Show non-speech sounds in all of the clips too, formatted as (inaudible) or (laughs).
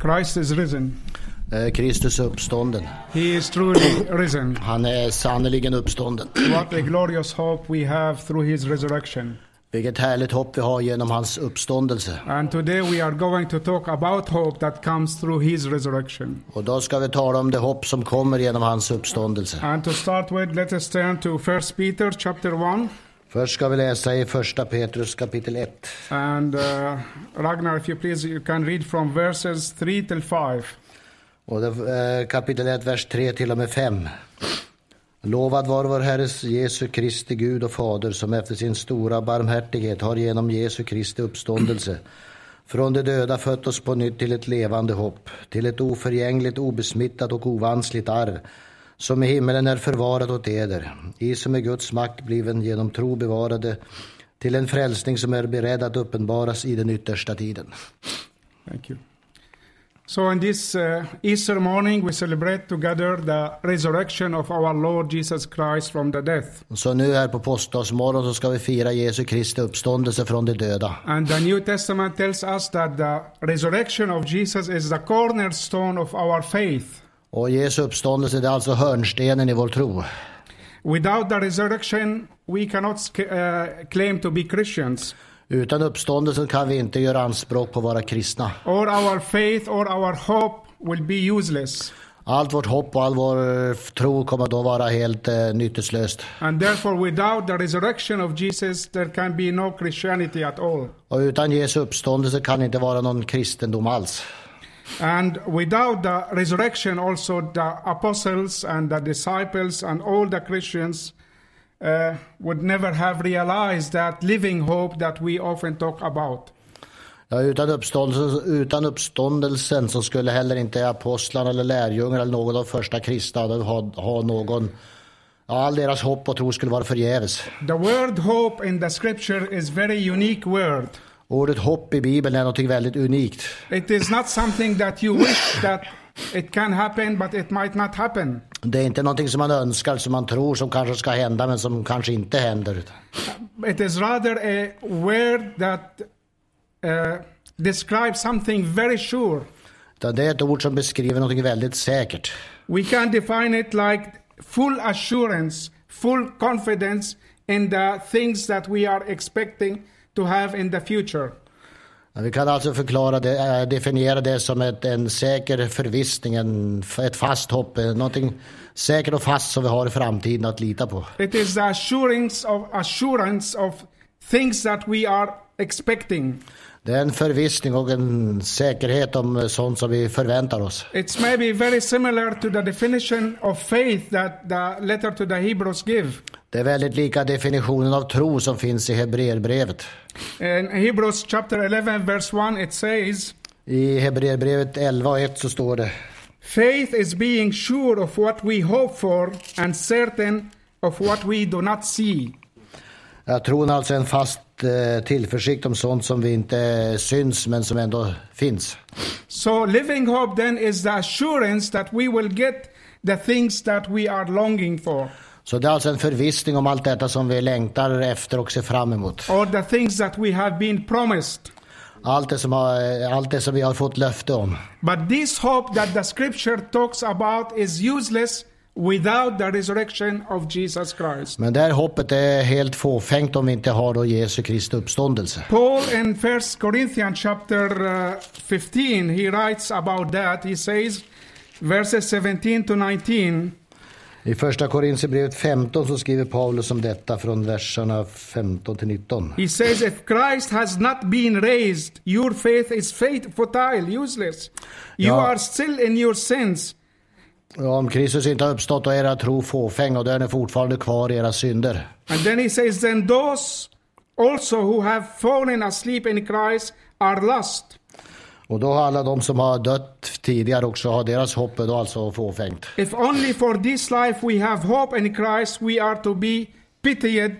Christ is risen. Eh, Kristus är uppstånden. He is truly risen. Han är sannerligen uppstånden. What a glorious hope we have through his resurrection. Vilket härligt hopp vi har genom hans uppståndelse. And today we are going to talk about hope that comes through his resurrection. Och då ska vi tala om det hopp som kommer genom hans uppståndelse. And to start with, let us turn to 1 Peter chapter 1. Först ska vi läsa i första Petrus kapitel 1. And uh, Ragnar, if you please, you can read from verses 3 till 5. Och det, eh, kapitel 1, vers 3 till och med 5. Lovad var vår Herres Jesu Kristi Gud och Fader som efter sin stora barmhärtighet har genom Jesu Kristi uppståndelse från de döda fött oss på nytt till ett levande hopp, till ett oförgängligt, obesmittat och ovansligt arv som i himmelen är förvarat åt eder, i som är Guds makt bliven genom tro bevarade till en frälsning som är beredd att uppenbaras i den yttersta tiden. Thank you. So, on this uh, Easter morning, we celebrate together the resurrection of our Lord Jesus Christ from the death. Så nu här på påskdagsmorgon så ska vi fira Jesu Kristi uppståndelse från de döda. And the New Testament tells us that the resurrection of Jesus is the cornerstone of our faith. Och Jesu uppståndelse det är alltså hörnstenen i vår tro. Without the resurrection, we cannot sc- uh, claim to be Christians, Utan uppståndelsen kan vi inte göra anspråk på att vara kristna. or our faith or our hope will be useless. Allt vårt hopp och all vår eh, tro kommer då vara helt eh, nytteslöst. And therefore, without the resurrection of Jesus, there can be no Christianity at all. Och utan Jesu uppståndelse kan det inte vara någon kristendom alls. And without the resurrection, also the apostles and the disciples and all the Christians uh, would never have realized that living hope that we often talk about. Ja, utan, uppståndelsen, utan uppståndelsen så skulle heller inte apostlarna eller lärjungar eller någon av de första kristna ha, ha någon... Ja, all deras hopp och tro skulle vara förgäves. The word hope in the scripture is very unique word. Ordet hopp i Bibeln är något väldigt unikt. It is not something that you wish that it can happen, but it might not happen. Det är inte någonting som man önskar, som man tror som kanske ska hända, men som kanske inte händer. It is rather a word that uh, describes something very sure. Utan det är ett ord som beskriver någonting väldigt säkert. We can define it like full assurance, full confidence in the things that we are expecting to have in the future. Vi kan alltså förklara det, eh, definiera det som ett, en säker förvissning, en, f- ett fast hopp, eh, någonting säkert och fast som vi har i framtiden att lita på. It is the assurance of assurance of things that we are expecting. Det är en förvissning och en säkerhet om eh, sånt som vi förväntar oss. It's maybe very similar to the definition of faith that the letter to the Hebrews give. Det är väldigt lika definitionen av tro som finns i Hebreerbrevet. In Hebrews chapter 11 verse 1 it says, I Hebreerbrevet 11 och 1 så står det Faith is being sure of what we hope for and certain of what we do not see. Ja, tron är alltså en fast eh, tillförsikt om sånt som vi inte eh, syns men som ändå finns. So, living hope then is the assurance that we will get the things that we are longing for, Så det är alltså en förvissning om allt detta som vi längtar efter och ser fram emot. or the things that we have been promised. Allt det som, har, eh, allt det som vi har fått löfte om. But this hope that the scripture talks about is useless without the resurrection of Jesus Christ. Men det här hoppet är helt fåfängt om vi inte har då Jesu Kristi uppståndelse. Paul in 1 Corinthians chapter uh, 15, he writes about that. He says, verses 17 to 19, I första Korintierbrevet 15 så skriver Paulus om detta från verserna 15 till 19. he says, If Christ has not been raised, your faith is fate, futile, useless. You Yeah. are still in your sins. Ja, Om Kristus inte har uppstått och era tro fåfäng och då är ni fortfarande kvar i era synder. And then he says, Then those also who have fallen asleep in Christ are lost. Och då har alla de som har dött tidigare också, har deras hopp då alltså fåfängt. If only for this life we have hope in Christ, we are to be pitied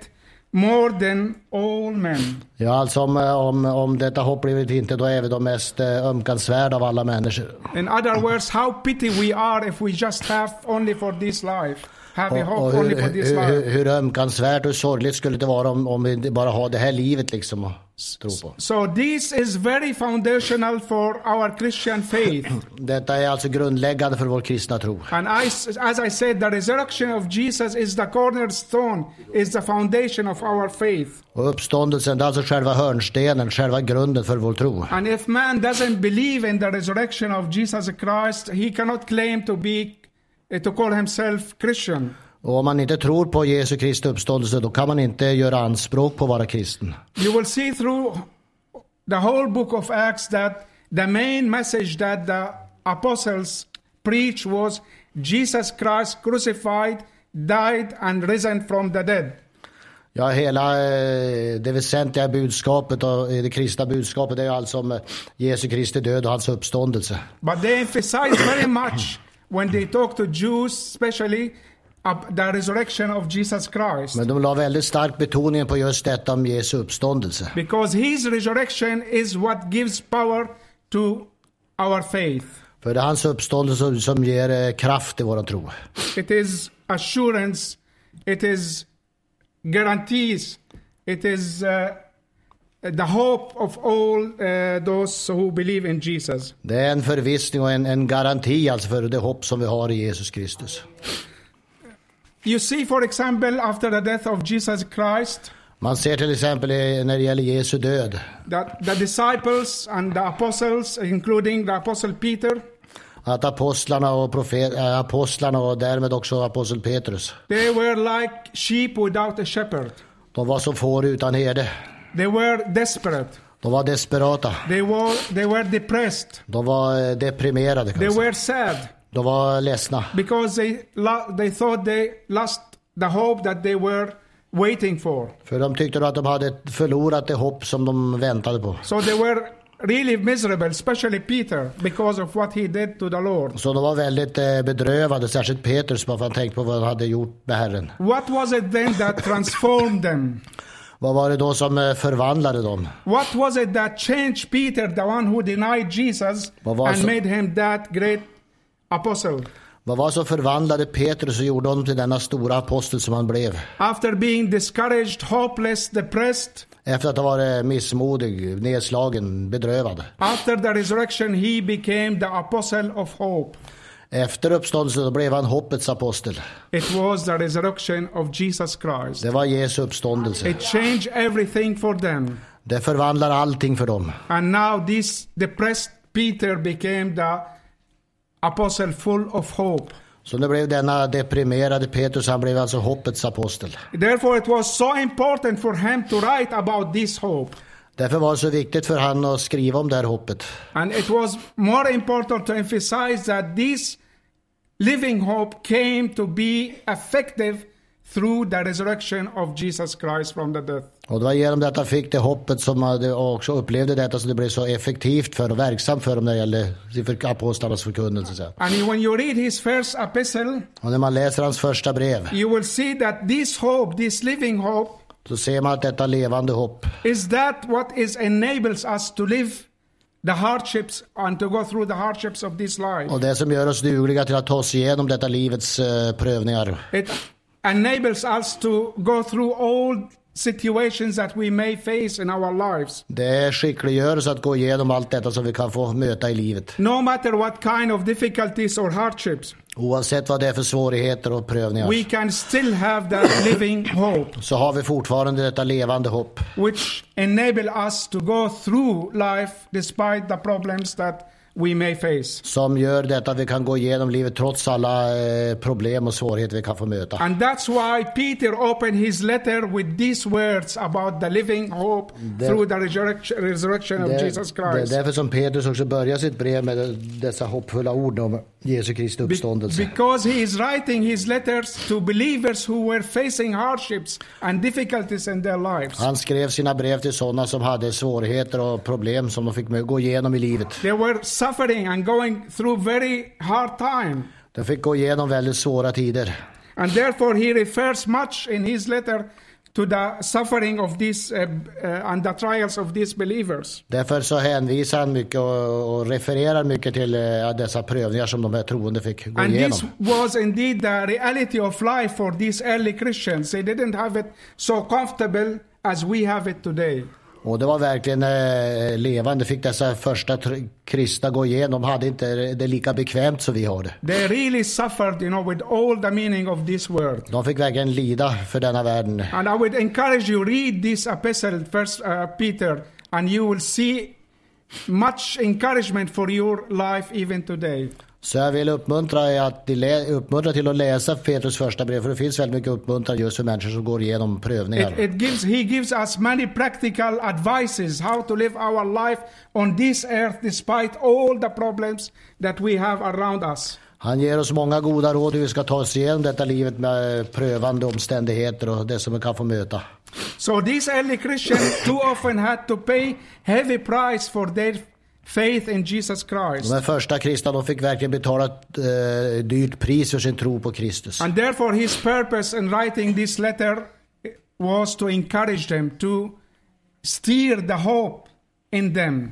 more than all men. Ja, alltså om, om, om detta hopp blivit inte, då är vi de mest eh, ömkansvärda av alla människor. In other words, how pity we are if we just have only for this life. Have a Och, och hope only hur, for this hur, hur, life. hur ömkansvärt och hur sorgligt skulle det vara om, om vi bara har det här livet liksom att tro på. So this is very foundational for our Christian faith. Detta är alltså grundläggande för vår kristna tro. And I, as I said, the resurrection of Jesus is the cornerstone, is the foundation of our faith. Och uppståndelsen, det är alltså själva hörnstenen, själva grunden för vår tro. And if man doesn't believe in the resurrection of Jesus Christ, he cannot claim to be, eh, to call himself Christian. Och om man inte tror på Jesu Kristi uppståndelse, då kan man inte göra anspråk på att vara kristen. You will see through the whole book of Acts that the main message that the apostles preached was Jesus Christ crucified, died, and risen from the dead. Ja, hela eh, det väsentliga budskapet och eh, det kristna budskapet det är ju alltså om eh, Jesu Kristi död och hans uppståndelse. But they emphasized very much when they talk to Jews, especially uh, the resurrection of Jesus Christ. Men de la väldigt stark betoning på just detta om Jesu uppståndelse. Because his resurrection is what gives power to our faith. För det är hans uppståndelse som- som ger eh, kraft i våran tro. It is assurance, it is guarantees, it is uh, the hope of all uh, those who believe in Jesus. Det är en förvissning och en, en garanti alltså för det hopp som vi har i Jesus Kristus. You see, for example, after the death of Jesus Christ, Man ser till exempel eh, när det gäller Jesu död that the disciples and the apostles, including the apostle Peter, att apostlarna och, profet, eh, apostlarna och därmed också apostel Petrus, they were like sheep without a shepherd. de var som får utan herde. They were desperate. De var desperata. They were, they were depressed. De var eh, deprimerade. Kan They man säga. were sad De var ledsna. because they, lo- they thought they lost the hope that they were waiting for. För de tyckte då att de hade förlorat det hopp som de väntade på. So they were really miserable, especially Peter, because of what he did to the Lord. Så de var väldigt eh, bedrövade, särskilt Petrus, bara för att han tänkte på vad han hade gjort med Herren. What was it then that transformed them? Vad var det då som eh, förvandlade dem? What was it that changed Peter, the one who denied Jesus Vad var and som- made him that great apostle? Vad var det som förvandlade Petrus och gjorde honom till denna stora apostel som han blev? After being discouraged, hopeless, depressed, Efter att ha varit eh, missmodig, nedslagen, bedrövad. after the resurrection, he became the apostle of hope. Efter uppståndelsen då blev han hoppets apostel. It was the resurrection of Jesus Christ. Det var Jesu uppståndelse. It changed everything for them. Det förvandlar allting för dem. And now this depressed Peter became the apostle full of hope. Så nu blev denna deprimerade Petrus, han blev alltså hoppets apostel. Therefore, it was so important for him to write about this hope. Därför var det så viktigt för han att skriva om det här hoppet. And it was more important to emphasize that this living hope came to be effective through the resurrection of Jesus Christ from the death. Och det var genom detta fick det hoppet som hade- och också upplevde detta så det blev så effektivt för och verksamt för dem när det gäller för apostlarnas förkunnelse. så att säga. And when you read his first epistle, Och när man läser hans första brev you will see that this hope, this living hope, så ser man att detta levande hopp, is that what is enables us to live the hardships and to go through the hardships of this life. och det som gör oss dugliga till att ta oss igenom detta livets eh, prövningar. It enables us to go through all situations that we may face in our lives. Det skickliggör oss att gå igenom allt detta som vi kan få möta i livet. no matter what kind of difficulties or hardships, Oavsett vad det är för svårigheter och prövningar we can still have that (coughs) living hope, så har vi fortfarande detta levande hopp which enable us to go through life despite the problems that we may face. som gör detta att vi kan gå igenom livet trots alla eh, problem och svårigheter vi kan få möta. And that's why Peter opened his letter with these words about the living hope through the resurrection, resurrection Det, of Jesus det är Christ. därför som Petrus också börjar sitt brev med dessa hoppfulla ord om Jesu Kristi Be- uppståndelse. because he is writing his letters to believers who were facing hardships and difficulties in their lives. Han skrev sina brev till sådana som hade svårigheter och problem som de fick mö- gå igenom i livet. They were suffering and going through very hard time. De fick gå igenom väldigt svåra tider. And therefore, he refers much in his letter to the suffering of these uh, uh, and the trials of these believers. Därför så hänvisar han mycket och, och refererar mycket till eh, ja, dessa prövningar som de här troende fick gå And igenom. this was indeed the reality of life for these early Christians. They didn't have it so comfortable as we have it today. Och det var verkligen eh, levande, fick dessa första tr- kristna gå igenom. Hade inte det lika bekvämt som vi har det. They really suffered, you know, with all the meaning of this word. De fick verkligen lida för denna världen. And I would encourage you read this epistle, First uh, Peter, and you will see much encouragement for your life even today. Så jag vill uppmuntra, er att, lä- uppmuntra till att läsa Petrus första brev, för det finns väldigt mycket uppmuntran just för människor som går igenom prövningar. It, it gives he gives us many practical advices how to live our life on this earth despite all the problems that we have around us. Han ger oss många goda råd hur vi ska ta oss igenom detta livet med eh, prövande omständigheter och det som vi kan få möta. So these early Christians too often had to pay heavy price for their faith in Jesus Christ. De här första kristna de fick verkligen betala ett eh, dyrt pris för sin tro på Kristus. And therefore, his purpose in writing this letter was to encourage them, to steer the hope in them.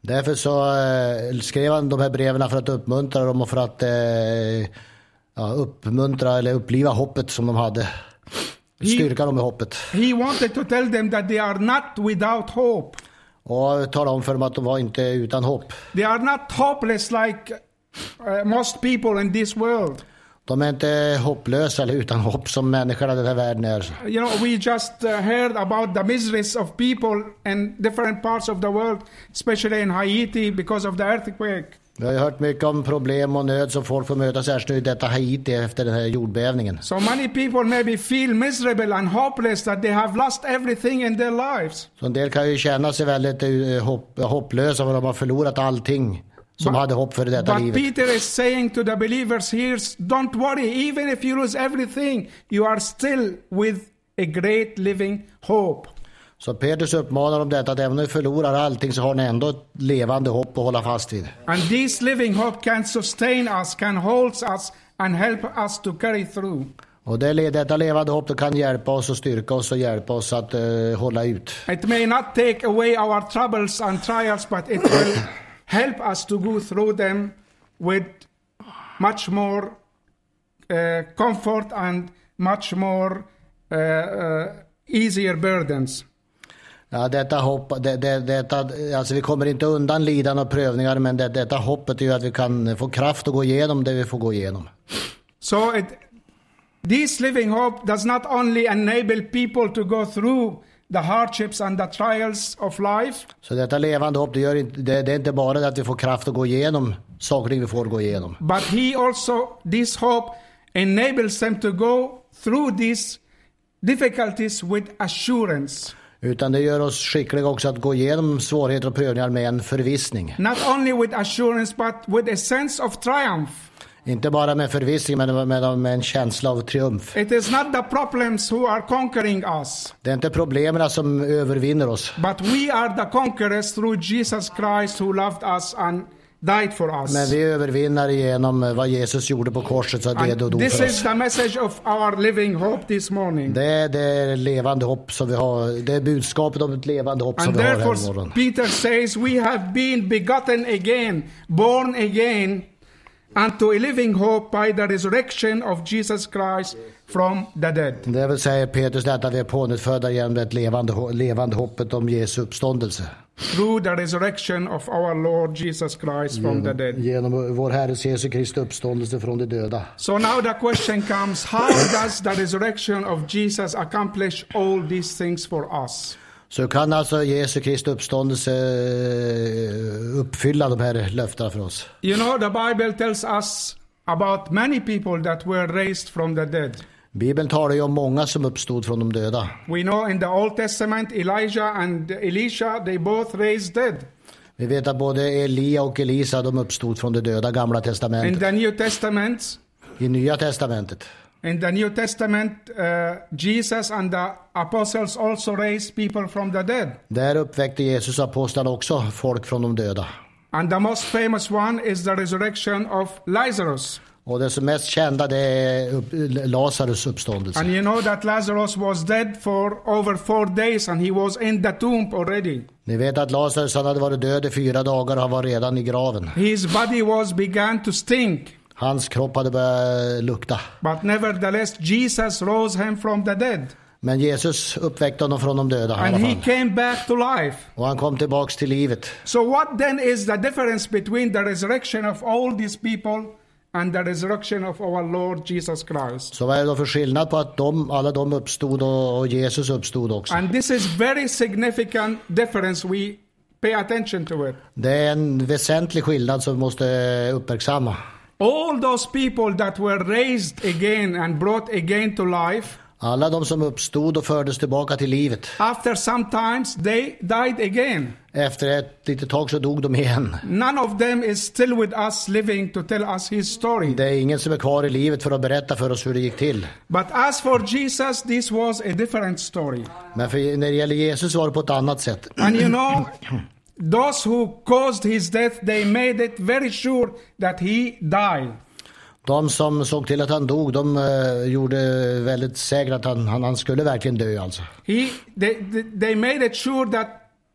Därför så eh, skrev han de här breven för att uppmuntra dem och för att eh, ja, uppmuntra eller uppliva hoppet som de hade. Styrka dem i hoppet. He wanted to tell them that they are not without hope. Och tala om för dem att de var inte utan hopp. They are not hopeless like uh, most people in this world. De är inte hopplösa eller utan hopp som människorna i den här världen är. You know, we just uh, heard about the miseries of people in different parts of the world, especially in Haiti because of the earthquake. Vi har ju hört mycket om problem och nöd som folk får möta, särskilt nu i detta Haiti efter den här jordbävningen. So many people maybe feel miserable and hopeless that they have lost everything in their lives. Så en del kan ju känna sig väldigt eh, hopp, hopplösa för de har förlorat allting som But- hade hopp för detta But livet. Peter is saying to the believers here, don't worry, even if you lose everything, you are still with a great living hope. Så Petrus uppmanar om detta att även om ni förlorar allting så har ni ändå ett levande hopp att hålla fast vid. And this living hope can sustain us, can hold us, and help us to carry through. Och det, le- detta levande hopp det kan hjälpa oss och styrka oss och hjälpa oss att eh, hålla ut. It may not take away our troubles and trials, but it will help us to go through them with much more uh, comfort and much more uh, uh, easier burdens. Ja, detta hopp, det, det, detta, alltså vi kommer inte undan lidande och prövningar men det, detta hoppet gör att vi kan få kraft att gå igenom det vi får gå igenom. So it, this living hope does not only enable people to go through the hardships and the trials of life, Så detta levande hopp, det, gör inte, det, det är inte bara det att vi får kraft att gå igenom saker och ting vi får gå igenom. but he also this hope enables them to go through these difficulties with assurance. Utan det gör oss skickliga också att gå igenom svårigheter och prövningar med en förvissning. Not only with assurance, but with a sense of triumph. Inte bara med förvissning men med, med en känsla av triumf. It is not the problems who are conquering us, Det är inte problemen som övervinner oss. but we are the conquerors through Jesus Christ who loved us and died for us. Men vi övervinner genom vad Jesus gjorde på korset så det And och dog this för is oss. the message of our living hope this morning. Det är det levande hopp som vi har. Det är budskapet om ett levande hopp som And vi har här therefore, er i morgon. Peter says, We have been begotten again, born again, unto a living hope by the resurrection of Jesus Christ from the dead. Det vill säga Petrus detta att vi är pånyttfödda genom ett levande, ho- levande hoppet om Jesu uppståndelse. Through the resurrection of our Lord Jesus Christ from the dead. Genom vår Herres Jesu Kristi uppståndelse från de döda. So now the question comes how does the resurrection of Jesus accomplish all these things for us? Så kan alltså Jesu Kristi uppståndelse eh, uppfylla de här löftena för oss. You know, the Bible tells us about many people that were raised from the dead. Bibeln talar ju om många som uppstod från de döda. We know in the Old Testament, Elijah and Elisha, they both raised dead. Vi vet att både Elia och Elisa de uppstod från de döda, Gamla In testamentet. the New Testament, I Nya testamentet. in the New Testament, uh, Jesus and the apostles also raised people from the dead. Där uppväckte Jesus apostlarna också folk från de döda. And the most famous one is the resurrection of Lazarus. Och det som mest kända det är upp, Lazarus uppståndelse. And you know that Lazarus was dead for over four days and he was in the tomb already. Ni vet att Lazarus han hade varit död i fyra dagar och han var redan i graven. His body was began to stink. Hans kropp hade börjat lukta. But nevertheless, Jesus rose him from the dead. Men Jesus uppväckte honom från de döda i And alla he fall. came back to life. Och han kom tillbaks till livet. So, what then is the difference between the resurrection of all these people and the resurrection of our Lord Jesus Christ? Så vad är det då för skillnad på att de, alla de uppstod och, och Jesus uppstod också? And this is very significant difference. We pay attention to it. Det är en väsentlig skillnad som vi måste uppmärksamma. All those people that were raised again and brought again to life, Alla de som uppstod och fördes tillbaka till livet. after some times they died again. Efter ett litet tag så dog de igen. None of them is still with us living to tell us his story. Det är ingen som är kvar i livet för att berätta för oss hur det gick till. But as for Jesus, this was a different story. Men för, när det gäller Jesus var det på ett annat sätt. And you know, those who caused his death, they made it very sure that he died. De som såg till att han dog, de eh, gjorde väldigt säkert att han, han, han skulle verkligen dö alltså. He, they, they they made it sure that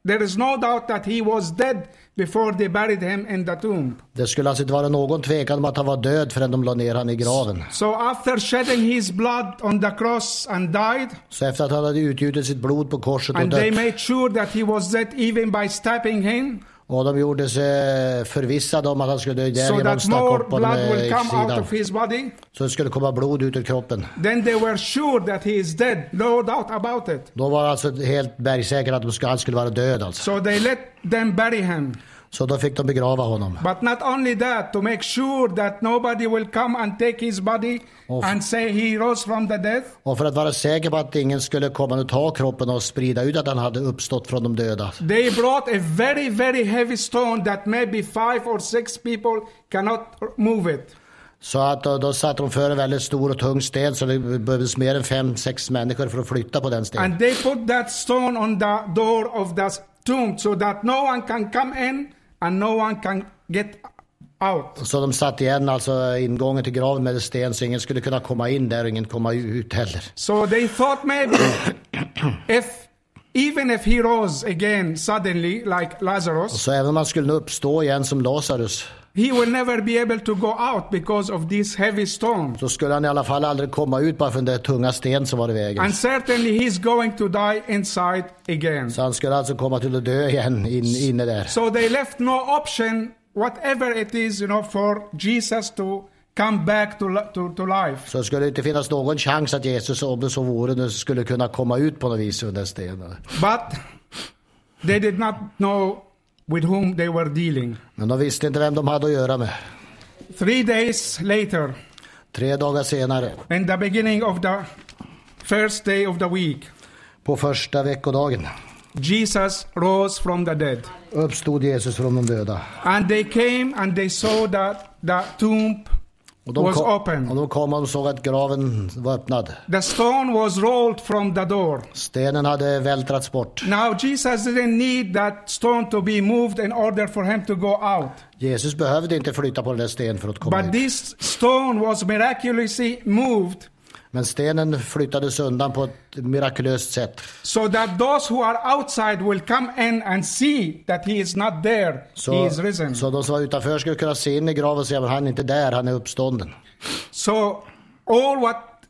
there is no doubt that he was dead before they buried him in the tomb. Det skulle alltså inte vara någon tvekan om att han var död förrän de la ner han i graven. So after shedding his blood on the cross and died, Så efter att han hade utgjutit sitt blod på korset och and they dött, made sure that he was dead even by stabbing him, och de gjorde sig förvissade om att han skulle dö so därigenom that stack more upp honom blood will i come out sidan. of his body, Så det skulle komma blod ut ur kroppen. then they were sure that he is dead, no doubt about it. Då var alltså helt bergsäkra att de skulle, han skulle vara död alltså. So they let them bury him. Så då fick de begrava honom. But not only that, to make sure that nobody will come and take his body Of- and say he rose from the death, Och för att vara säker på att ingen skulle komma och ta kroppen och sprida ut att han hade uppstått från de döda. they brought a very, very heavy stone that maybe five or six people cannot move it. Så att då, då satte de för en väldigt stor och tung sten så det behövdes mer än fem, sex människor för att flytta på den stenen. And they put that stone on the door of the tomb so that no one can come in and no one can get out. Så de satte igen alltså ingången till graven med en sten så ingen skulle kunna komma in där och ingen komma ut heller. So they thought maybe (coughs) if even if he rose again suddenly like Lazarus, Så även om han skulle uppstå igen som Lazarus He will never be able to go out because of these heavy stones. så skulle han i alla fall aldrig komma ut bara från den tunga sten som var i vägen. And certainly he's going to die inside again. Så han skulle alltså komma till att dö igen in, inne där. So they left no option, whatever it is, you know, for Jesus to come back to, li- to, to life. Så det skulle inte finnas någon chans att Jesus, om det så vore, nu skulle kunna komma ut på något vis ur den stenen. But they did not know with whom they were dealing. Men de visste inte vem de hade att göra med. Three days later, Tre dagar senare, in the beginning of the first day of the week, på första veckodagen, Jesus rose from the dead. uppstod Jesus från de döda. And they came and they saw that the tomb Och de, was kom, open. och de kom och såg att graven var öppnad. The stone was rolled from the door. Stenen hade vältrats bort. Now, Jesus didn't need that stone to be moved in order for him to go out. Jesus behövde inte flytta på den där stenen för att komma But ut. this stone was miraculously moved Men stenen flyttades undan på ett mirakulöst sätt. so that those who are outside will come in and see that he is not there, he Så, is risen. So, så de som var utanför skulle kunna se in i graven och säga men han är inte där, han är uppstånden. all what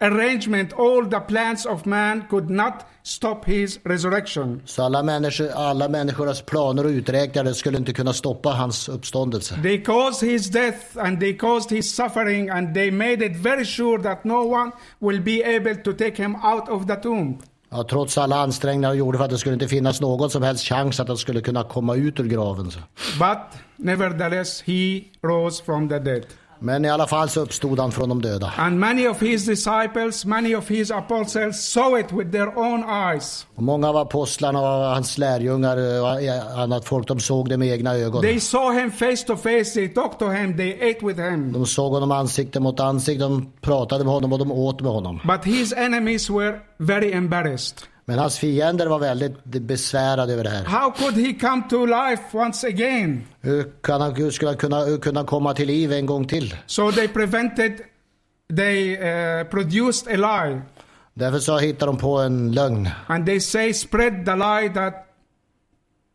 arrangement, all the plans of man could not stop his resurrection. Så alla, människor, alla människors planer och uträkningar skulle inte kunna stoppa hans uppståndelse. They caused his death and they caused his suffering, and they made it very sure that no one will be able to take him out of the tomb. Ja, trots alla ansträngningar de gjorde för att det skulle inte finnas någon som helst chans att han skulle kunna komma ut ur graven. så. But nevertheless, he rose from the dead. Men i alla fall så uppstod han från de döda. And many of his disciples, many of his apostles saw it with their own eyes. Och många av apostlarna och hans lärjungar och annat folk, de såg det med egna ögon. They saw him face to face, they talked to him, they ate with him. De såg honom ansikte mot ansikte, de pratade med honom och de åt med honom. But his enemies were very embarrassed. Men hans fiender var väldigt besvärade över det här. How could he come to life once again? Hur, kan han, hur skulle han kunna, hur kunde han komma till liv en gång till? So they prevented, they uh, produced a lie. Därför så hittar de på en lögn. And they say, spread the lie that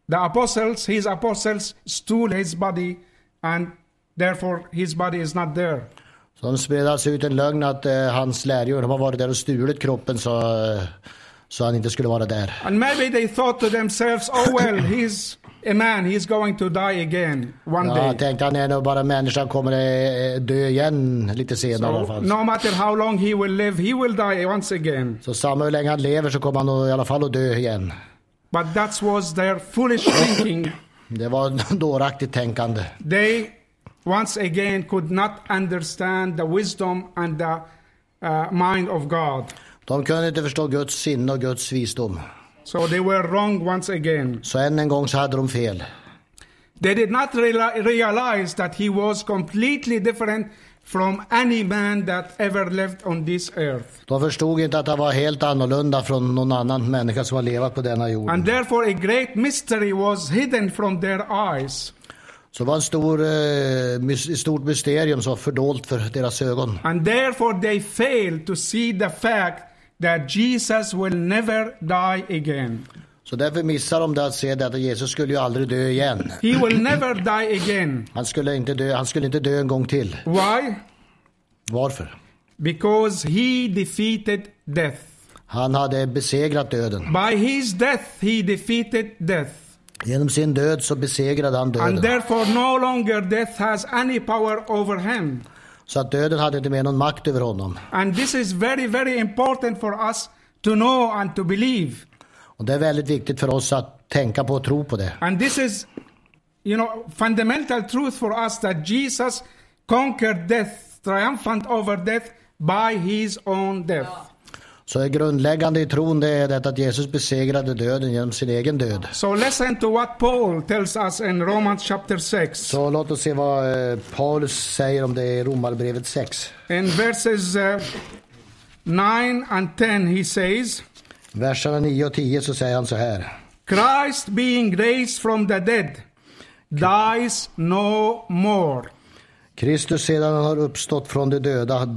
the apostles, his apostles, stole his body, and therefore his body is not there. Så de spred alltså ut en lögn att eh, hans lärjungar de har varit där och stulit kroppen så, eh, så han inte skulle vara där. And maybe they thought to themselves, oh well, he's a man, he's going to die again one Ja, jag day. tänkte han är nog bara en människa, han kommer eh, dö igen lite senare i alla So, fall. no matter how long he will live, he will die once again. Så samma hur länge han lever så kommer han nog i alla fall att dö igen. But that was their foolish thinking. Det var (laughs) dåraktigt tänkande. They once again could not understand the wisdom and the uh, mind of God. De kunde inte förstå Guds sinne och Guds visdom. So they were wrong once again. Så än en gång så hade de fel. They did not reali- realize that he was completely different from any man that ever lived on this earth. De förstod inte att han var helt annorlunda från någon annan människa som har levat på denna jord. And therefore, a great mystery was hidden from their eyes. Så det var en stor, eh, mys- ett stort mysterium som var fördolt för deras ögon. And therefore, they failed to see the fact that Jesus will never die again. Så därför missade de det att se det att Jesus skulle ju aldrig dö igen. He will never die again. Han skulle inte dö, han skulle inte dö en gång till. Why? Varför? Because he defeated death. Han hade besegrat döden. By his death, he defeated death. Genom sin död så besegrade han And döden. therefore, no longer death has any power over him. Så att döden hade inte mer någon makt över honom. And this is very, very important for us to know and to believe. Och det är väldigt viktigt för oss att tänka på och tro på det. And this is, you know, fundamental truth for us that Jesus conquered death, triumphant over death by his own death. Så det grundläggande i tron det är detta att Jesus besegrade döden genom sin egen död. So listen to what Paul tells us in Romans chapter 6. Så låt oss se vad eh, Paulus säger om det i Romarbrevet 6. In verses uh, 9 and 10, he says, Verserna 9 och 10 så säger han så här. Christ being raised from the dead dies no more. Kristus sedan han har uppstått från de döda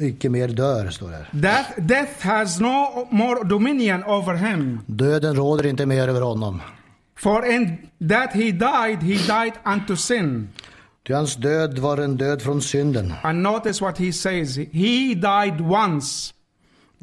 icke mer dör, står det. här. That death has no more dominion over him. Döden råder inte mer över honom. For in that he died, he died unto sin. Ty hans död var en död från synden. And notice what he says. He died once.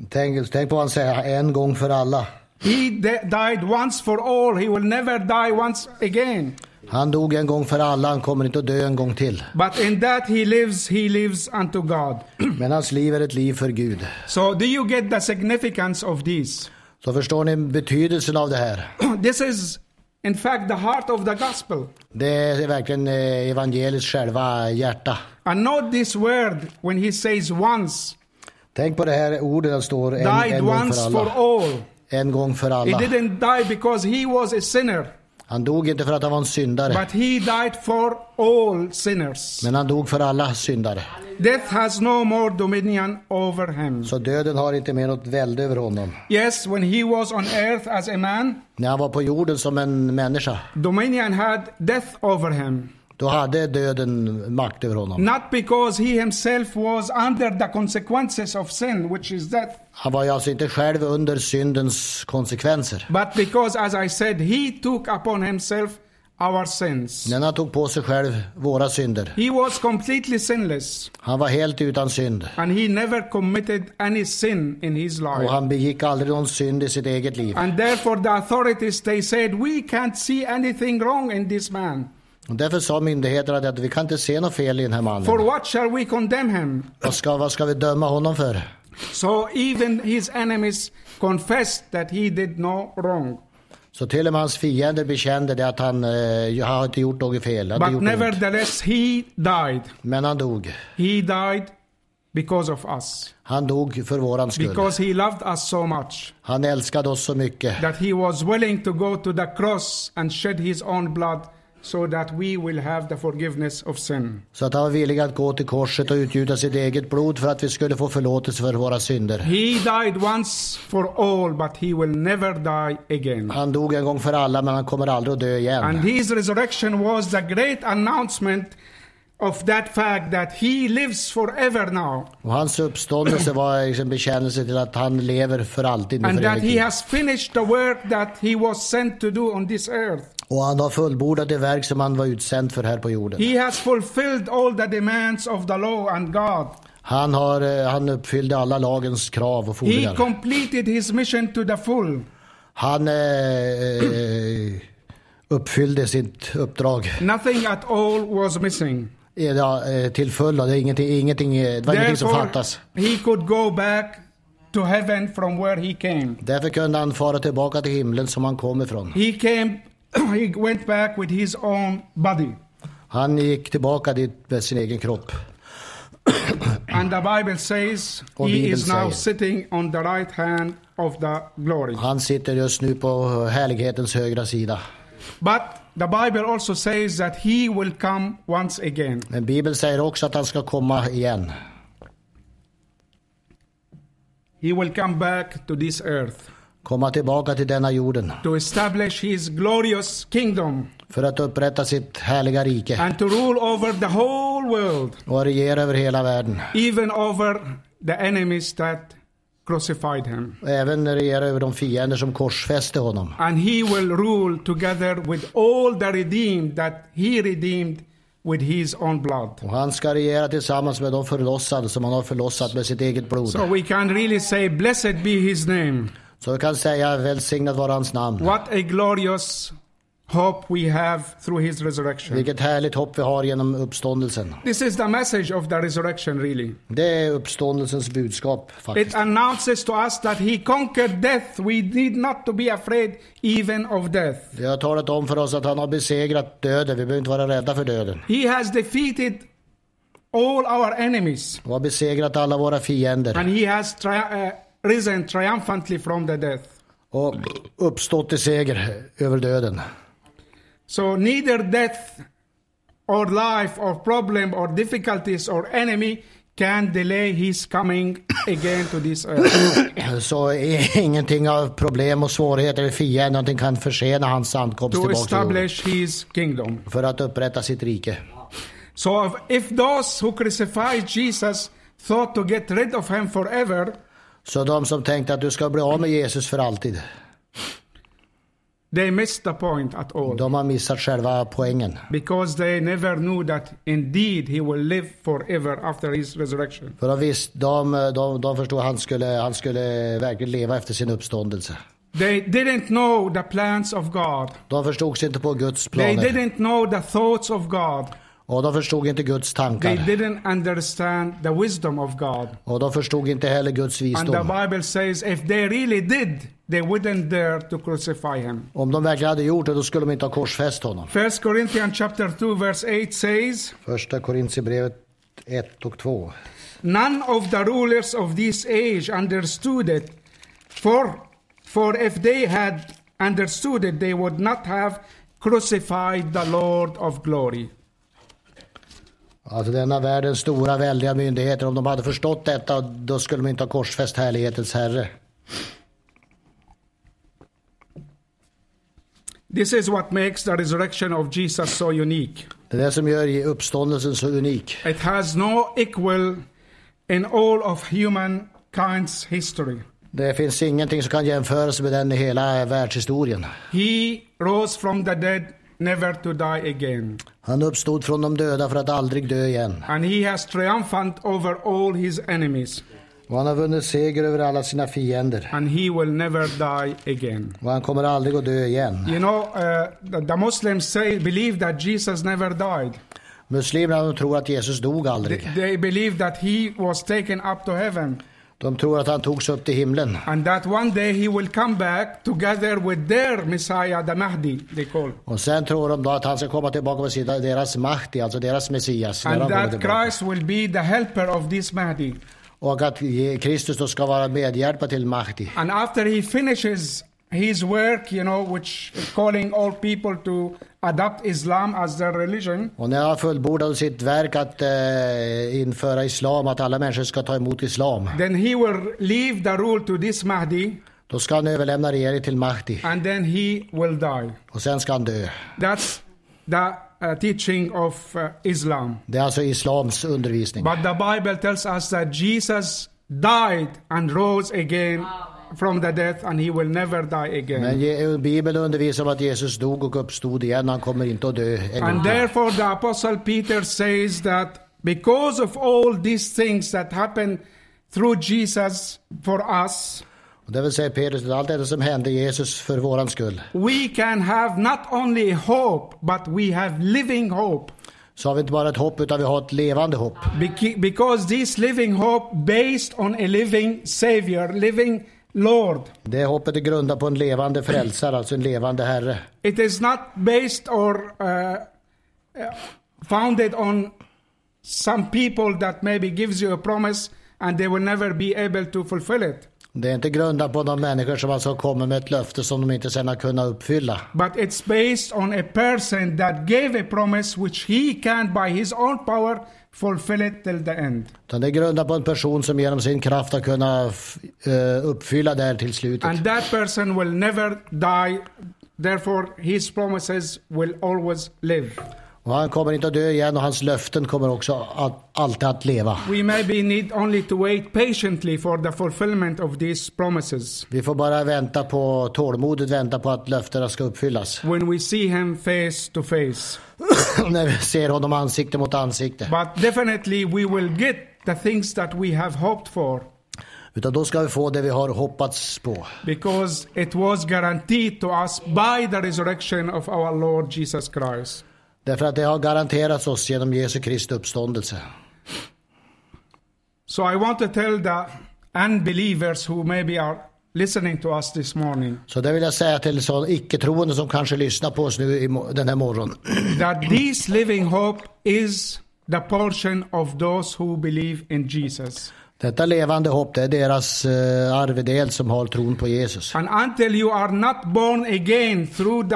Tänk, tänk på vad han säger, en gång för alla. He de- died once for all. He will never die once again. Han dog en gång för alla, han kommer inte att dö en gång till. But in that he lives, he lives unto God. Men hans liv är ett liv för Gud. So, do you get the significance of this? (clears throat) Så förstår ni betydelsen av det här. this is, in fact, the heart of the gospel. Det är verkligen eh, evangeliets själva hjärta. And note this word when he says once, Tänk på det här ordet där det står en, died en gång once för for alla. all. En gång för He alla. didn't die because he was a sinner, Han dog inte för att han var en syndare, but he died for all sinners. men han dog för alla syndare. Death has no more dominion over him. Så döden har inte mer något välde över honom. Yes, when he was on earth as a man, När han var på jorden som en människa, dominion had death over him. då hade döden makt över honom. Not because he himself was under the consequences of sin, which is death, Han var ju alltså inte själv under syndens konsekvenser. but because, as I said, he took upon himself our sins. Men han tog på sig själv våra synder. He was completely sinless. Han var helt utan synd. and he never committed any sin in his Och life. han begick aldrig någon synd i sitt eget liv. And therefore, the authorities they said, We can't see anything wrong in this man. Och därför sa myndigheterna att vi kan inte se något fel i den här For mannen. what shall we condemn him? Vad ska, vad ska vi döma honom för? So even his enemies confessed that he did no wrong. Så till och med hans fiender bekände det att han, eh, han har inte gjort något fel. Han har But inte gjort något. nevertheless, he died. Men han dog. He died because of us, Han dog för våran skull. because he loved us so much Han älskade oss så mycket that he was willing to go to the cross and shed his own blood so that we will have the forgiveness of sin. Så att han var villig att gå till korset och utgjuta sitt eget blod för att vi skulle få förlåtelse för våra synder. He died once for all, but he will never die again. Han dog en gång för alla, men han kommer aldrig att dö igen. And his resurrection was the great announcement of that fact that he lives forever now Och hans uppståndelse var liksom bekännelse till att han lever för alltid nu and för that he evigt. has finished the work that he was sent to do on this earth. Och han har fullbordat det verk som han var utsänd för här på jorden. He has fulfilled all the demands of the law and God. Han, har, eh, han uppfyllde alla lagens krav och He fordringar. completed his mission to the full. Han eh, eh, uppfyllde sitt uppdrag Nothing at all was missing. Eh, ja, eh, till fullo. Det, är ingenting, ingenting, eh, det var ingenting som fattas. he could go back to heaven from where he came. Därför kunde han fara tillbaka till himlen som han kom ifrån. He came, (clears throat) he went back with his own body. Han gick tillbaka dit med sin egen kropp. And the Bible says Och he Bibeln is now säger. sitting on the right hand of the glory. Han sitter just nu på härlighetens högra sida. But the Bible also says that he will come once again. Men Bibeln säger också att han ska komma igen. He will come back to this earth Komma tillbaka till denna jorden to establish his glorious kingdom för att upprätta sitt härliga rike and to rule over the whole world, och regera över hela världen. even over the enemies that crucified him. Och även regera över de fiender som korsfäste honom. And he will rule together with all the redeemed that he redeemed with his own blood. Och han ska regera tillsammans med de förlossade som han har förlossat med sitt eget blod. So we can really say, Blessed be his name. Så vi kan säga välsignat vara hans namn. What a glorious hope we have through his resurrection. Vilket härligt hopp vi har genom uppståndelsen. This is the message of the resurrection, really. Det är uppståndelsens budskap faktiskt. It announces to us that he conquered death. We need not to be afraid even of death. Det har talat om för oss att han har besegrat döden. Vi behöver inte vara rädda för döden. He has defeated all our enemies Och har besegrat alla våra fiender and he has tri- uh, risen triumphantly from the death. och uppstått till seger över döden. So neither death or life or problem or difficulties or enemy can delay his coming again to this earth. Så är (laughs) ingenting av problem och svårigheter eller fiender någonting kan försena hans ankomst to tillbaka till jorden. establish his kingdom. För att upprätta sitt rike. So if- if those who crucified Jesus thought to get rid of him forever, Så de som tänkte att du ska bli av med Jesus för alltid, they missed the point at all de har missat själva poängen. because they never knew that indeed he will live forever after his resurrection. För de, visst, de, de, de förstod att han skulle, han skulle verkligen leva efter sin uppståndelse. They didn't know the plans of God. De förstod sig inte på Guds They planer. didn't know the thoughts of God. Och de förstod inte Guds They tankar. didn't understand the wisdom of God. Och de förstod inte heller Guds And the visdom. Bible says if they really did, they wouldn't dare to crucify him. Om de verkligen hade gjort det, då skulle de inte ha korsfäst honom. 1 Corinthians chapter 2 verse 8 says, Första Korintierbrevet 1 och 2. None of the rulers of this age understood it, for, for if they had understood it, they would not have crucified the Lord of glory. Alltså denna världens stora väldiga myndigheter, om de hade förstått detta, då skulle de inte ha korsfäst härlighetens herre. This is what makes the resurrection of Jesus so unique. Det är det som gör uppståndelsen så unik. It has no equal in all of humankind's history. Det finns ingenting som kan jämföras med den i hela världshistorien. He rose from the dead, never to die again. Han uppstod från de döda för att aldrig dö igen. And he has triumphant over all his enemies. Och han har vunnit seger över alla sina fiender. And he will never die again. Och han kommer aldrig att dö igen. You know, uh, the, the Muslims say believe that Jesus never died. Muslimerna de tror att Jesus dog They, aldrig. they believe that he was taken up to heaven De tror att han togs upp till himlen. and that one day he will come back together with their Messiah, the Mahdi, they call. Och sen tror de då att han ska komma tillbaka med sina, deras Mahdi, alltså deras Messias. När And de kommer that tillbaka. Christ will be the helper of this Mahdi. Och att Je- Kristus då ska vara medhjälpare till Mahdi. And after he finishes his work, you know, which calling all people to adopt Islam as their religion. Och när han fullbordade sitt verk att eh, införa islam, att alla människor ska ta emot islam, Then he will leave the rule to this Mahdi då ska han överlämna regeringen till Mahdi and then he will die. och sen ska han dö. That's the uh, teaching of uh, Islam. Det är alltså islams undervisning. But the Bible tells us that Jesus died and rose again from the death and he will never die again. Men Je- eh, Bibeln undervisar om att Jesus dog och uppstod igen, han kommer inte att dö. en gång And till. therefore, the Apostle Peter says that because of all these things that happened through Jesus for us, Och Det vill säga Petrus, allt det som hände Jesus för våran skull, we can have not only hope, but we have living hope. så har vi inte bara ett hopp utan vi har ett levande hopp. Bec- Because this living hope based on a living Savior, living Lord. Det hoppet är grundat på en levande frälsare, alltså en levande Herre. It is not based or uh, uh, founded on some people that maybe gives you a promise and they will never be able to fulfill it. Det är inte grundat på de människor som alltså kommer med ett löfte som de inte sen har kunnat uppfylla. But it's based on a person that gave a promise which he can, by his own power, fulfill it till the end. Utan det är grundat på en person som genom sin kraft har kunnat f- eh, uppfylla det här till slutet. And that person will never die. Therefore, his promises will always live. Och han kommer inte att dö igen och hans löften kommer också att, alltid att leva. We maybe need only to wait patiently for the fulfillment of these promises Vi får bara vänta på, tålmodigt vänta på att löftena ska uppfyllas. (clears throat) when we see him face to face. När vi ser honom ansikte mot ansikte. But definitely, we will get the things that we have hoped for Utan då ska vi få det vi har hoppats på. because it was guaranteed to us by the resurrection of our Lord Jesus Christ. Därför att det har garanterats oss genom Jesu Kristi uppståndelse. So, I want to tell the unbelievers who maybe are listening to us this morning (coughs) Så det vill jag säga till så icke-troende som kanske lyssnar på oss nu i mo- den här morgonen. that this living hope is the portion of those who believe in Jesus. (clears throat) Detta levande hopp, det är deras eh, arvedel som har tron på Jesus. And until you are not born again through the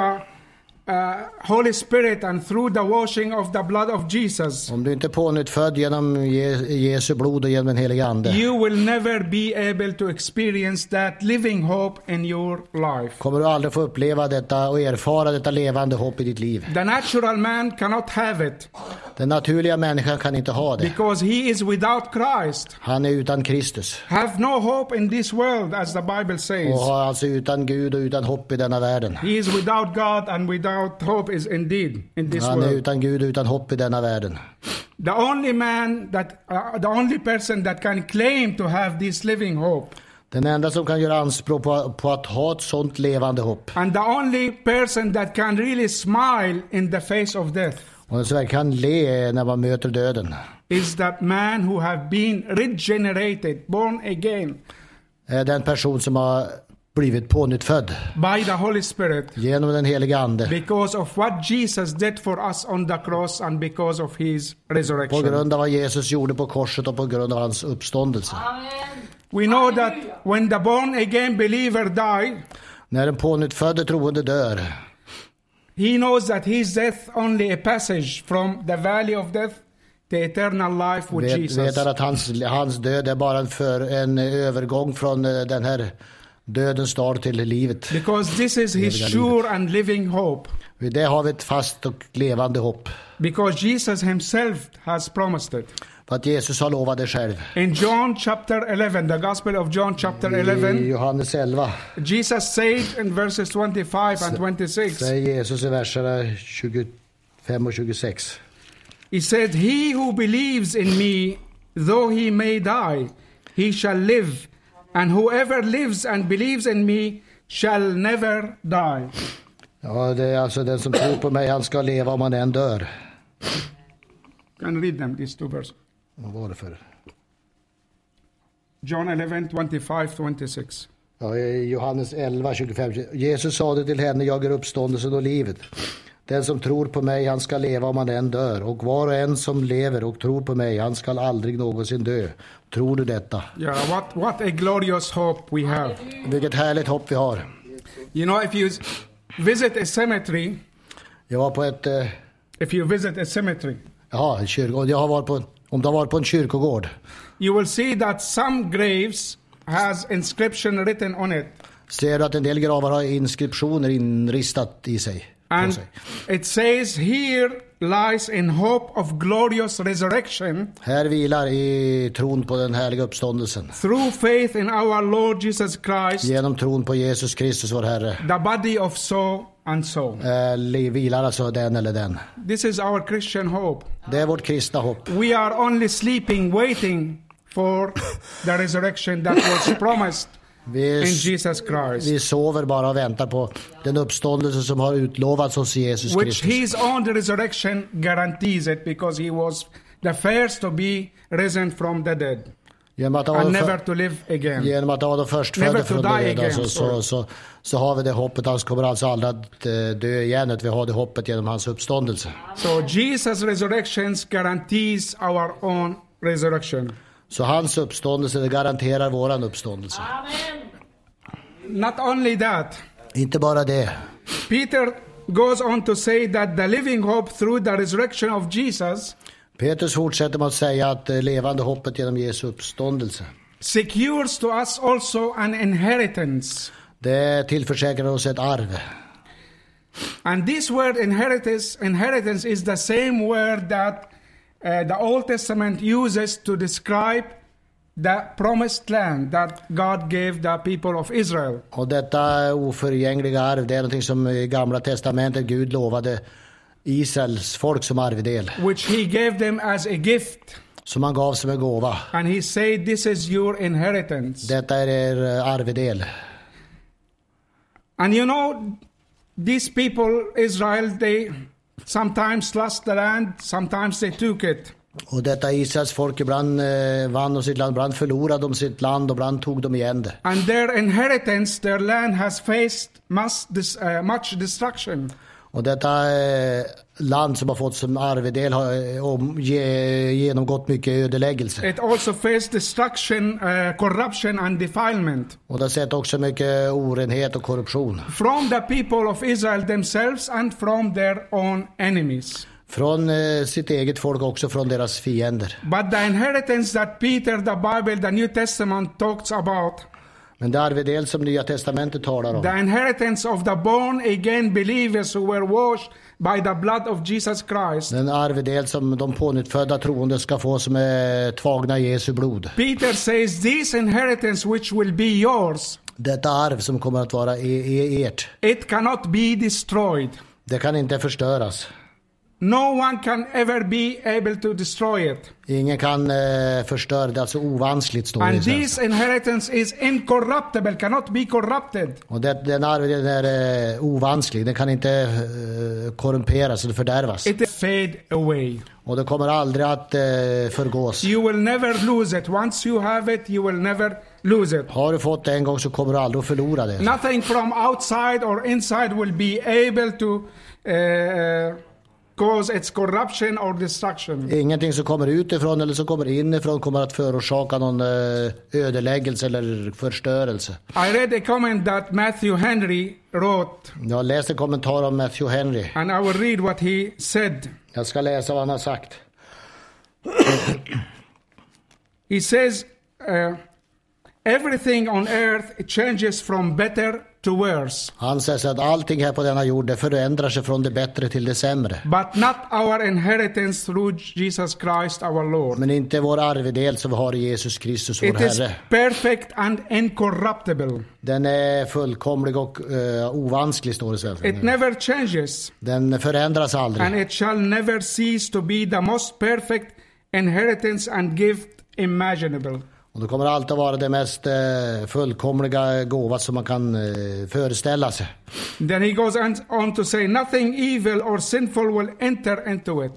uh, Holy Spirit and through the washing of the blood of Jesus, Om du inte är pånyttfödd genom Je- Jesu blod och genom den helige Ande you will never be able to experience that living hope in your life. kommer du aldrig få uppleva detta och erfara detta levande hopp i ditt liv. The natural man cannot have it Den naturliga människan kan inte ha det. because he is without Christ. Han är utan Kristus Have no hope in this world, as the Bible och says. har alltså utan Gud och utan hopp i denna världen. He is without God and without hope is indeed in this Han är world. utan Gud och utan hopp i denna världen. The only man that, uh, the only person that can claim to have this living hope Den enda som kan göra anspråk på, på att ha ett sånt levande hopp And the only person that can really smile in the face of death och som verkligen kan le när man möter döden is that man who have been regenerated, born again är den person som har blivit pånyttfödd by the Holy Spirit genom den heliga Ande because of what Jesus did for us on the cross and because of his på resurrection. grund av vad Jesus gjorde på korset och på grund av hans uppståndelse. We know that when the born again believer die, När den pånyttfödde troende dör he knows that his death only a passage from the valley of death to eternal life with vet, Jesus. vet han att hans, hans död är bara en, för, en övergång från eh, den här dödens dag till livet. Because this is his Eviga livet. sure and living hope. Vid det har vi ett fast och levande hopp. because Jesus himself has promised it. För att Jesus har lovat det själv. In John chapter 11, the Gospel of John chapter I 11, Johannes 11 Jesus said in verses 25 and 26, säger Jesus i verserna 25 och 26. He said, He who believes in me, though he may die, he shall live, and whoever lives and believes in me shall never die. Ja, det är alltså den som tror på mig, han ska leva om han än dör. Can read them, these two verses. Vad var det för? John 11, 25, 26. Ja, i Johannes 11, 25. Jesus sade till henne, jag är uppståndelsen och livet. Den som tror på mig, han ska leva om han än dör. Och var och en som lever och tror på mig, han ska aldrig någonsin dö. Tror du detta? Yeah, what, what a glorious hope we have. Vilket härligt hopp vi har. You know, if you s- visit a cemetery, Jag var på ett... Eh, if you visit a cemetery, jaha, en kyrkogård. Jag har varit på en, om du har varit på en kyrkogård. you will see that some graves has inscription written on it, Ser du att en del gravar har inskriptioner inristat i sig? på and sig. it says here lies in hope of glorious resurrection Här vilar i tron på den härliga uppståndelsen. through faith in our Lord Jesus Christ, Genom tron på Jesus Kristus vår Herre. the body of so and so. Eh, li- vilar alltså den eller den. This is our Christian hope. Det är vårt kristna hopp. We are only sleeping, waiting for the resurrection that was promised Vi, in Jesus Christ, vi sover bara och väntar på den uppståndelse som har utlovats oss i Jesus which Kristus. His own resurrection guarantees it because He was the first to be risen from the dead Genom att and Adam, never för, to live again. genom att Adam Never förstfödde to från de die döda again, så, så, sorry. så, så har vi det hoppet. Han kommer alltså aldrig att eh, dö igen. Att vi har det hoppet genom hans uppståndelse. So Jesus' resurrection guarantees our own resurrection. Så hans uppståndelse det garanterar våran uppståndelse. Not only that, Inte bara det. Peter goes on to say that the living hope through the resurrection of Jesus Petrus fortsätter med att säga att det levande hoppet genom Jesu uppståndelse. secures to us also an inheritance. Det tillförsäkrar oss ett arv. And this word inheritance, inheritance is the same word that uh, the Old Testament uses to describe the promised land that God gave the people of Israel. Och detta oförgängliga arv, det är någonting som i Gamla Testamentet Gud lovade Israels folk som arvedel. which he gave them as a gift. Som han gav som en gåva. And he said, This is your inheritance. Detta är er eh, arvedel. And you know, these people, Israel, they sometimes lost the land, sometimes they took it. Och detta Israels folk, ibland eh, vann de sitt land, ibland förlorade de sitt land och ibland tog de igen det. And their inheritance, their land, has faced mass dis- uh, much destruction. Och detta eh, land som har fått som arvedel har eh, om, ge, genomgått mycket ödeläggelse. It also faced destruction, uh, corruption, and defilement Och det har sett också mycket orenhet och korruption. from the people of Israel themselves and from their own enemies. Från eh, sitt eget folk och också från deras fiender. But the inheritance that Peter, the Bible, the New Testament talks about Men det arvedel som Nya Testamentet talar om. The inheritance of the born again believers who were washed by the blood of Jesus Christ. Den arvedel som de pånyttfödda troende ska få som är tvagna i Jesu blod. Peter says, This inheritance which will be yours, Detta arv som kommer att vara i, i ert. it cannot be destroyed. Det kan inte förstöras. No one can ever be able to destroy it. Ingen kan eh, förstöra det, alltså ovansligt står det i And svenska. this inheritance is incorruptible, cannot be corrupted. Och det, den arvedelen är eh, ovanslig, den kan inte eh, korrumperas eller fördärvas. It will fade away. Och det kommer aldrig att eh, förgås. You will never lose it. Once you have it, you will never lose it. Har du fått det en gång så kommer du aldrig att förlora det. Nothing from outside or inside will be able to uh, cause its corruption or destruction. Ingenting som kommer utifrån eller som kommer inifrån kommer att förorsaka någon eh, ödeläggelse eller förstörelse. I read a comment that Matthew Henry wrote, Jag läste en kommentar om Matthew Henry. and I will read what he said. Jag ska läsa vad han har sagt. He says, uh, Everything on earth changes from better to worse, Han säger så att allting här på denna jord det förändrar sig från det bättre till det sämre. but not our inheritance through Jesus Christ our Lord. Men inte vår arvedel som vi har i Jesus Kristus, vår It is Herre. perfect and incorruptible. Den är fullkomlig och eh, ovansklig, står det i It svenskan. never changes. Den förändras aldrig. and it shall never cease to be the most perfect inheritance and gift imaginable. Och det kommer alltid att vara det mest eh, fullkomliga gåva som man kan eh, föreställa sig. Then he goes on, on to say, Nothing evil or sinful will enter into it,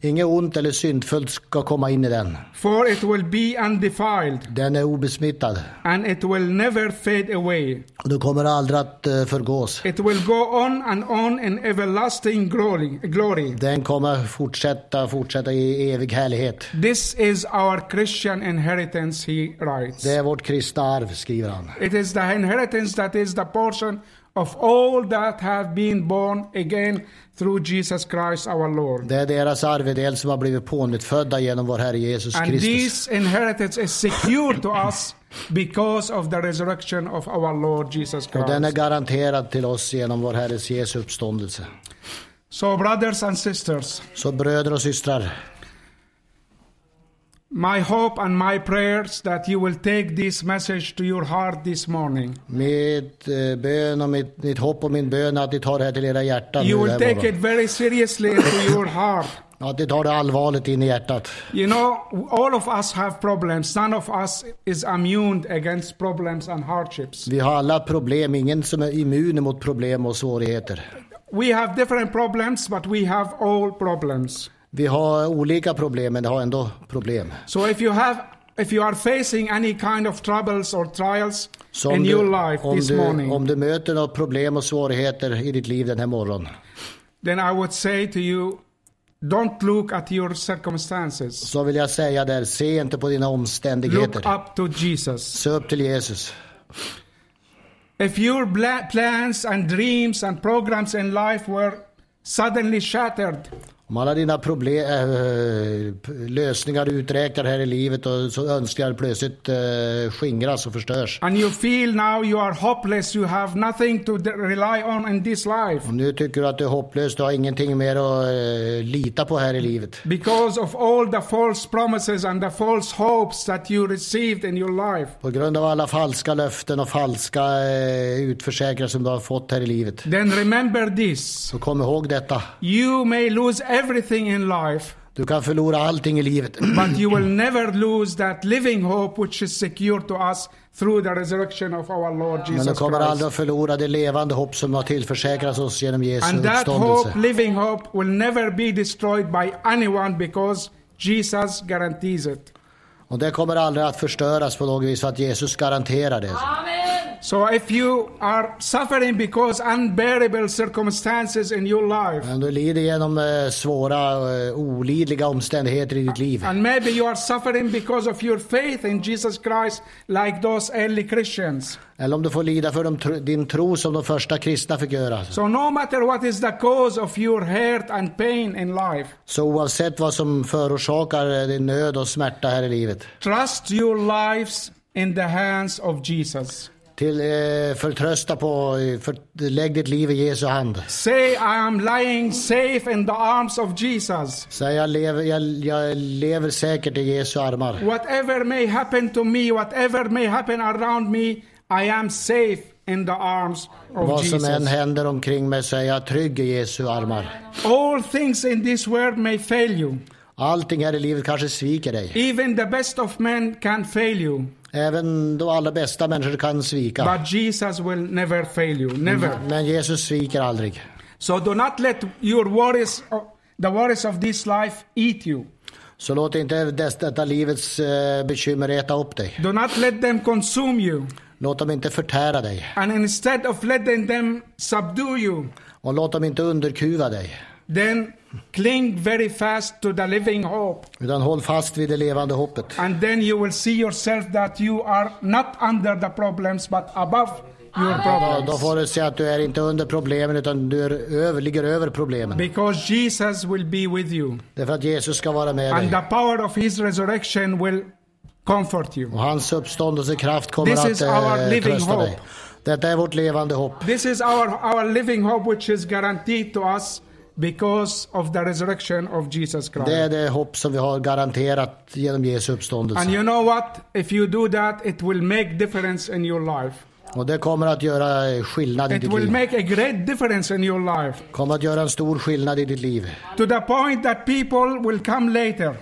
Inget ont eller syndfullt ska komma in i den. for it will be undefiled, Den är obesmittad. and it will never fade away. Och det kommer aldrig att eh, förgås. It will go on and on in everlasting glory. glory. Den kommer fortsätta, fortsätta i evig härlighet. This is our Christian inheritance, he writes. Det är vårt kristna arv, skriver han. It is the inheritance that is the portion of all that have been born again through Jesus Christ our Lord. Det är deras arvedel som har blivit pånyttfödda genom vår Herre Jesus And Kristus. this inheritance is secured to us because of the resurrection of our Lord Jesus Och den är Christ. garanterad till oss genom vår Herres Jesu uppståndelse. So, brothers and sisters, Så bröder och systrar, my hope and my prayers that you will take this message to your heart this morning. mitt eh, bön och mitt, mitt hopp och min bön är att ni tar det här till era hjärtan nu You den will här take it morgonen. very seriously into your heart. Att ni tar det allvarligt in i hjärtat. You know, all of us have problems. None of us is immune against problems and hardships. Vi har alla problem, ingen som är immun mot problem och svårigheter. We have different problems, but we have all problems. Vi har olika problem, men det har ändå problem. So if you have if you are facing any kind of troubles or trials Så in om your du, life om, this du, morning, om du möter några problem och svårigheter i ditt liv den här morgonen, then I would say to you, don't look at your circumstances. så vill jag säga där, se inte på dina Look omständigheter. up to Jesus. Se upp till Jesus. If your bla- plans and dreams and programs in life were suddenly shattered, Om alla dina problem, äh, p- lösningar du uträknar här i livet och så önskar plötsligt äh, skingras och förstörs. and you feel now you are hopeless, you have nothing to d- rely on in this life Om nu tycker du att du är hopplös, du har ingenting mer att äh, lita på här i livet. because of all the false promises and the false hopes that you received in your life, På grund av alla falska löften och falska eh, utförsäkringar som du har fått här i livet. then remember this. Så kom ihåg detta. You may lose everything in life, Du kan förlora allting i livet. (clears throat) but you will never lose that living hope which is secured to us through the resurrection of our Lord Men du Jesus kommer aldrig Christ. att förlora det levande hopp som har tillförsäkrats oss genom Jesu And that hope, uppståndelse. living hope, will never be destroyed by anyone because Jesus guarantees it. Och det kommer aldrig att förstöras på något vis för att Jesus garanterar det. So if you are suffering because unbearable circumstances in your life, Men du lider genom eh, svåra, eh, olidliga omständigheter i ditt liv. and maybe you are suffering because of your faith in Jesus Christ, like those early Christians. Eller om du får lida för de, tro- din tro som de första kristna fick göra. So, no matter what is the cause of your hurt and pain in life, Så oavsett vad som förorsakar eh, din nöd och smärta här i livet. trust your lives in the hands of Jesus. Till, eh, förtrösta på, eh, för, lägg ditt liv i Jesu hand. Say, I am lying safe in the arms of Jesus. Säg jag lever, jag, jag lever säkert i Jesu Oh, armar. Whatever may happen to me, whatever may happen around me, I am safe in the arms of Vad som än Jesus. händer omkring mig så är jag trygg i Jesu armar. All things in this world may fail you. Allting här i livet kanske sviker dig. Even the best of men can fail you, Även de allra bästa människor kan svika. but Jesus will never fail you. Never. Men Jesus sviker aldrig. So do not let your worries, uh, the worries of this life, eat you. Så låt inte des- detta livets eh, bekymmer äta upp dig. Do not let them consume you. Låt dem inte förtära dig. And instead of letting them subdue you, Och låt dem inte underkuva dig. then cling very fast to the living hope. Utan håll fast vid det levande hoppet. And then you will see yourself that you are not under the problems, but above your Ja, då problems. får du se att du är inte under problemen utan du är över, ligger över problemen. Because Jesus will be with you. Därför att Jesus ska vara med And dig. the power of his resurrection will comfort you. Och hans uppståndelsekraft kommer This att is our eh, living trösta hope. dig. Detta är vårt levande hopp. This is our, our living hope, which is guaranteed to us because of the resurrection of Jesus Christ. Det är det hopp som vi har garanterat genom Jesu And uppståndelse. you know what? If you do that, it will make difference in your life. Och det kommer att göra eh, skillnad i It ditt will liv. make a great difference in your life kommer att göra en stor skillnad i ditt liv. to the point that people will come later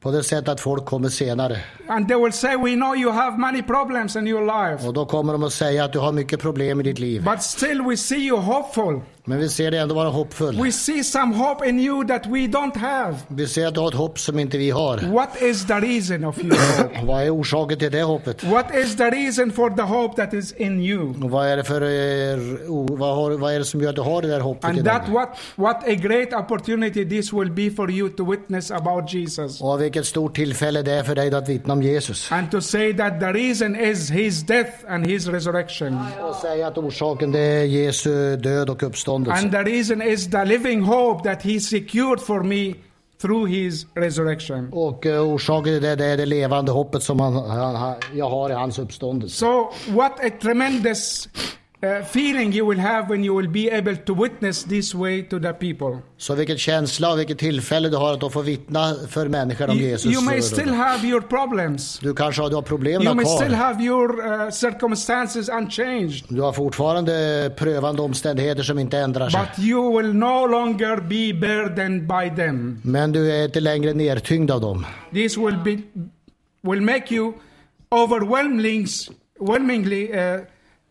På det sättet att folk kommer senare. and they will say, "We know you have many problems in your life, Och då kommer de att säga att du har mycket problem i ditt liv. but still we see you hopeful. Men vi ser dig ändå vara hoppfull. We see some hope in you that we don't have. Vi ser att du har ett hopp som inte vi har. What is the reason of your hope? Vad är orsaken till det hoppet? What is the reason for the hope that is in you? Och vad är det för... eh, o- Vad, har, vad är det som gör att du har det där hoppet And that idag? what what a great opportunity this will be for you to witness about Jesus Och vilket stort tillfälle det är för dig att vittna om Jesus. and to say that the reason is his death and his resurrection Och säga att orsaken det är Jesu död och uppståndelse. and the reason is the living hope that he secured for me through his resurrection. Och eh, orsaken till det, det är det levande hoppet som han, han, han, jag har i hans uppståndelse. So what a tremendous uh, feeling you will have when you will be able to witness this way to the people. Så vilken känsla och vilket tillfälle du har att då få vittna för människor om You, Jesus. you may still have your problems. Du kanske har, du har You problemen may still kvar. have your uh, circumstances unchanged. Du har fortfarande prövande omständigheter som inte ändrar sig. But you will no longer be burdened by them. Men du är inte längre nedtyngd av dem. This will be will make you overwhelmingly, overwhelmingly uh,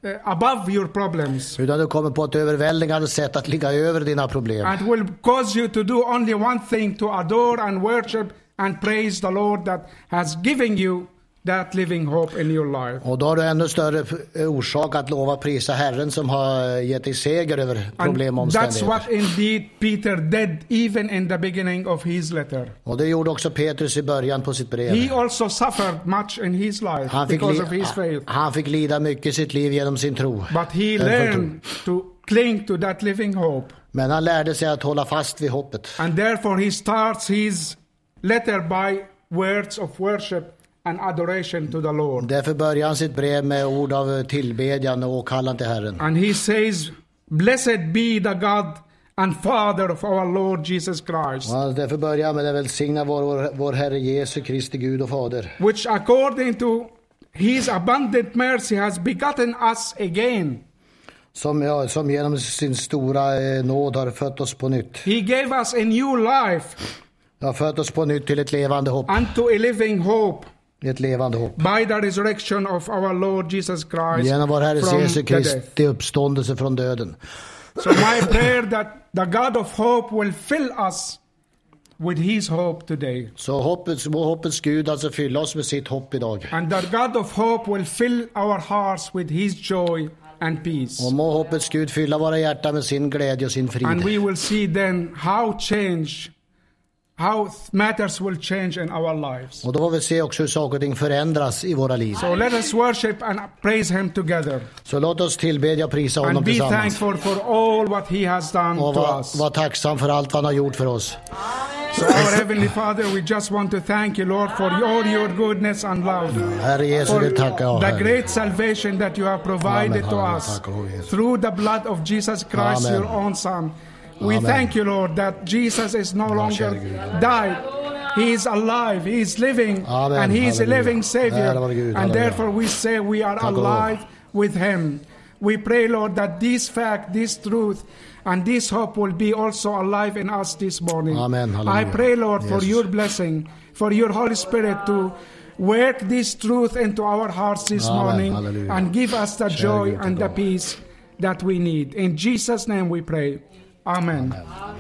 uh, above your problems, Utan du kommer på ett överväldigande sätt att ligga över dina problem. and will cause you to do only one thing: to adore and worship and praise the Lord that has given you that living hope in your life. Och då har du ännu större p- orsak att lova prisa Herren som har gett dig seger över problem och And that's omständigheter. what indeed Peter did, even in the beginning of his letter. Och det gjorde också Petrus i början på sitt brev. He also suffered much in his life Han fick, because li- of his faith. han fick lida mycket i sitt liv genom sin tro. But he Den för tro. learned to cling to that living hope. Men han lärde sig att hålla fast vid hoppet. And therefore, he starts his letter by words of worship and adoration to the Lord. Därför börjar han sitt brev med ord av eh, tillbedjan och åkallan till Herren. And he says, Blessed be the God and Father of our Lord Jesus Christ, Och han- därför börjar han med att välsigna vår, vår, vår Herre Jesu Kristi Gud och Fader. which according to his abundant mercy has begotten us again. Som, ja, som genom sin stora eh, nåd har fött oss på nytt. He gave us a new life Har fött oss på nytt till ett levande hopp. unto a living hope Ett levande hopp. by the resurrection of our Lord Jesus Christ Genom vår Herres from Jesu the death. Kristi uppståndelse från döden. So my prayer that the God of hope will fill us with his hope today. Så hoppets, må hoppets Gud alltså fylla oss med sitt hopp idag. And the God of hope will fill our hearts with his joy and peace. Och må hoppets Gud fylla våra hjärtan med sin glädje och sin And frid. we will see then how change, how th- matters will change in our lives. Och då får vi se också hur saker och ting förändras i våra liv. So let us worship and praise him together. Så låt oss tillbedja och prisa honom And be tillsammans. thankful for all what he has done Och to var, us. var tacksam för allt vad han har gjort för oss. So our Heavenly Father, we just want to thank you, Lord, for all your goodness and love. Herre Jesus, for vi tackar jag the Herre. great salvation that you have provided Amen, to amen. us Tack, oh, Jesus. through the blood of Jesus Christ, Amen. your own Son. We Amen. thank you, Lord, that Jesus is no longer käre Gud. died. He is alive, He is living, Amen. Ah, and He is a Halleluja. living Savior. Ära vare Gud. And Halleluja. therefore, we say we are och lov. alive with Him. We pray, Lord, that this fact, this truth, and this hope will be also alive in us this morning. Amen. I Halleluja. pray, Lord, for Jesus. your blessing, for your Holy Spirit to work this truth into our hearts this Amen. morning Hallelujah. and give us the Shall joy we and the go? peace that we need. In Jesus' name we pray. Amen. Amen.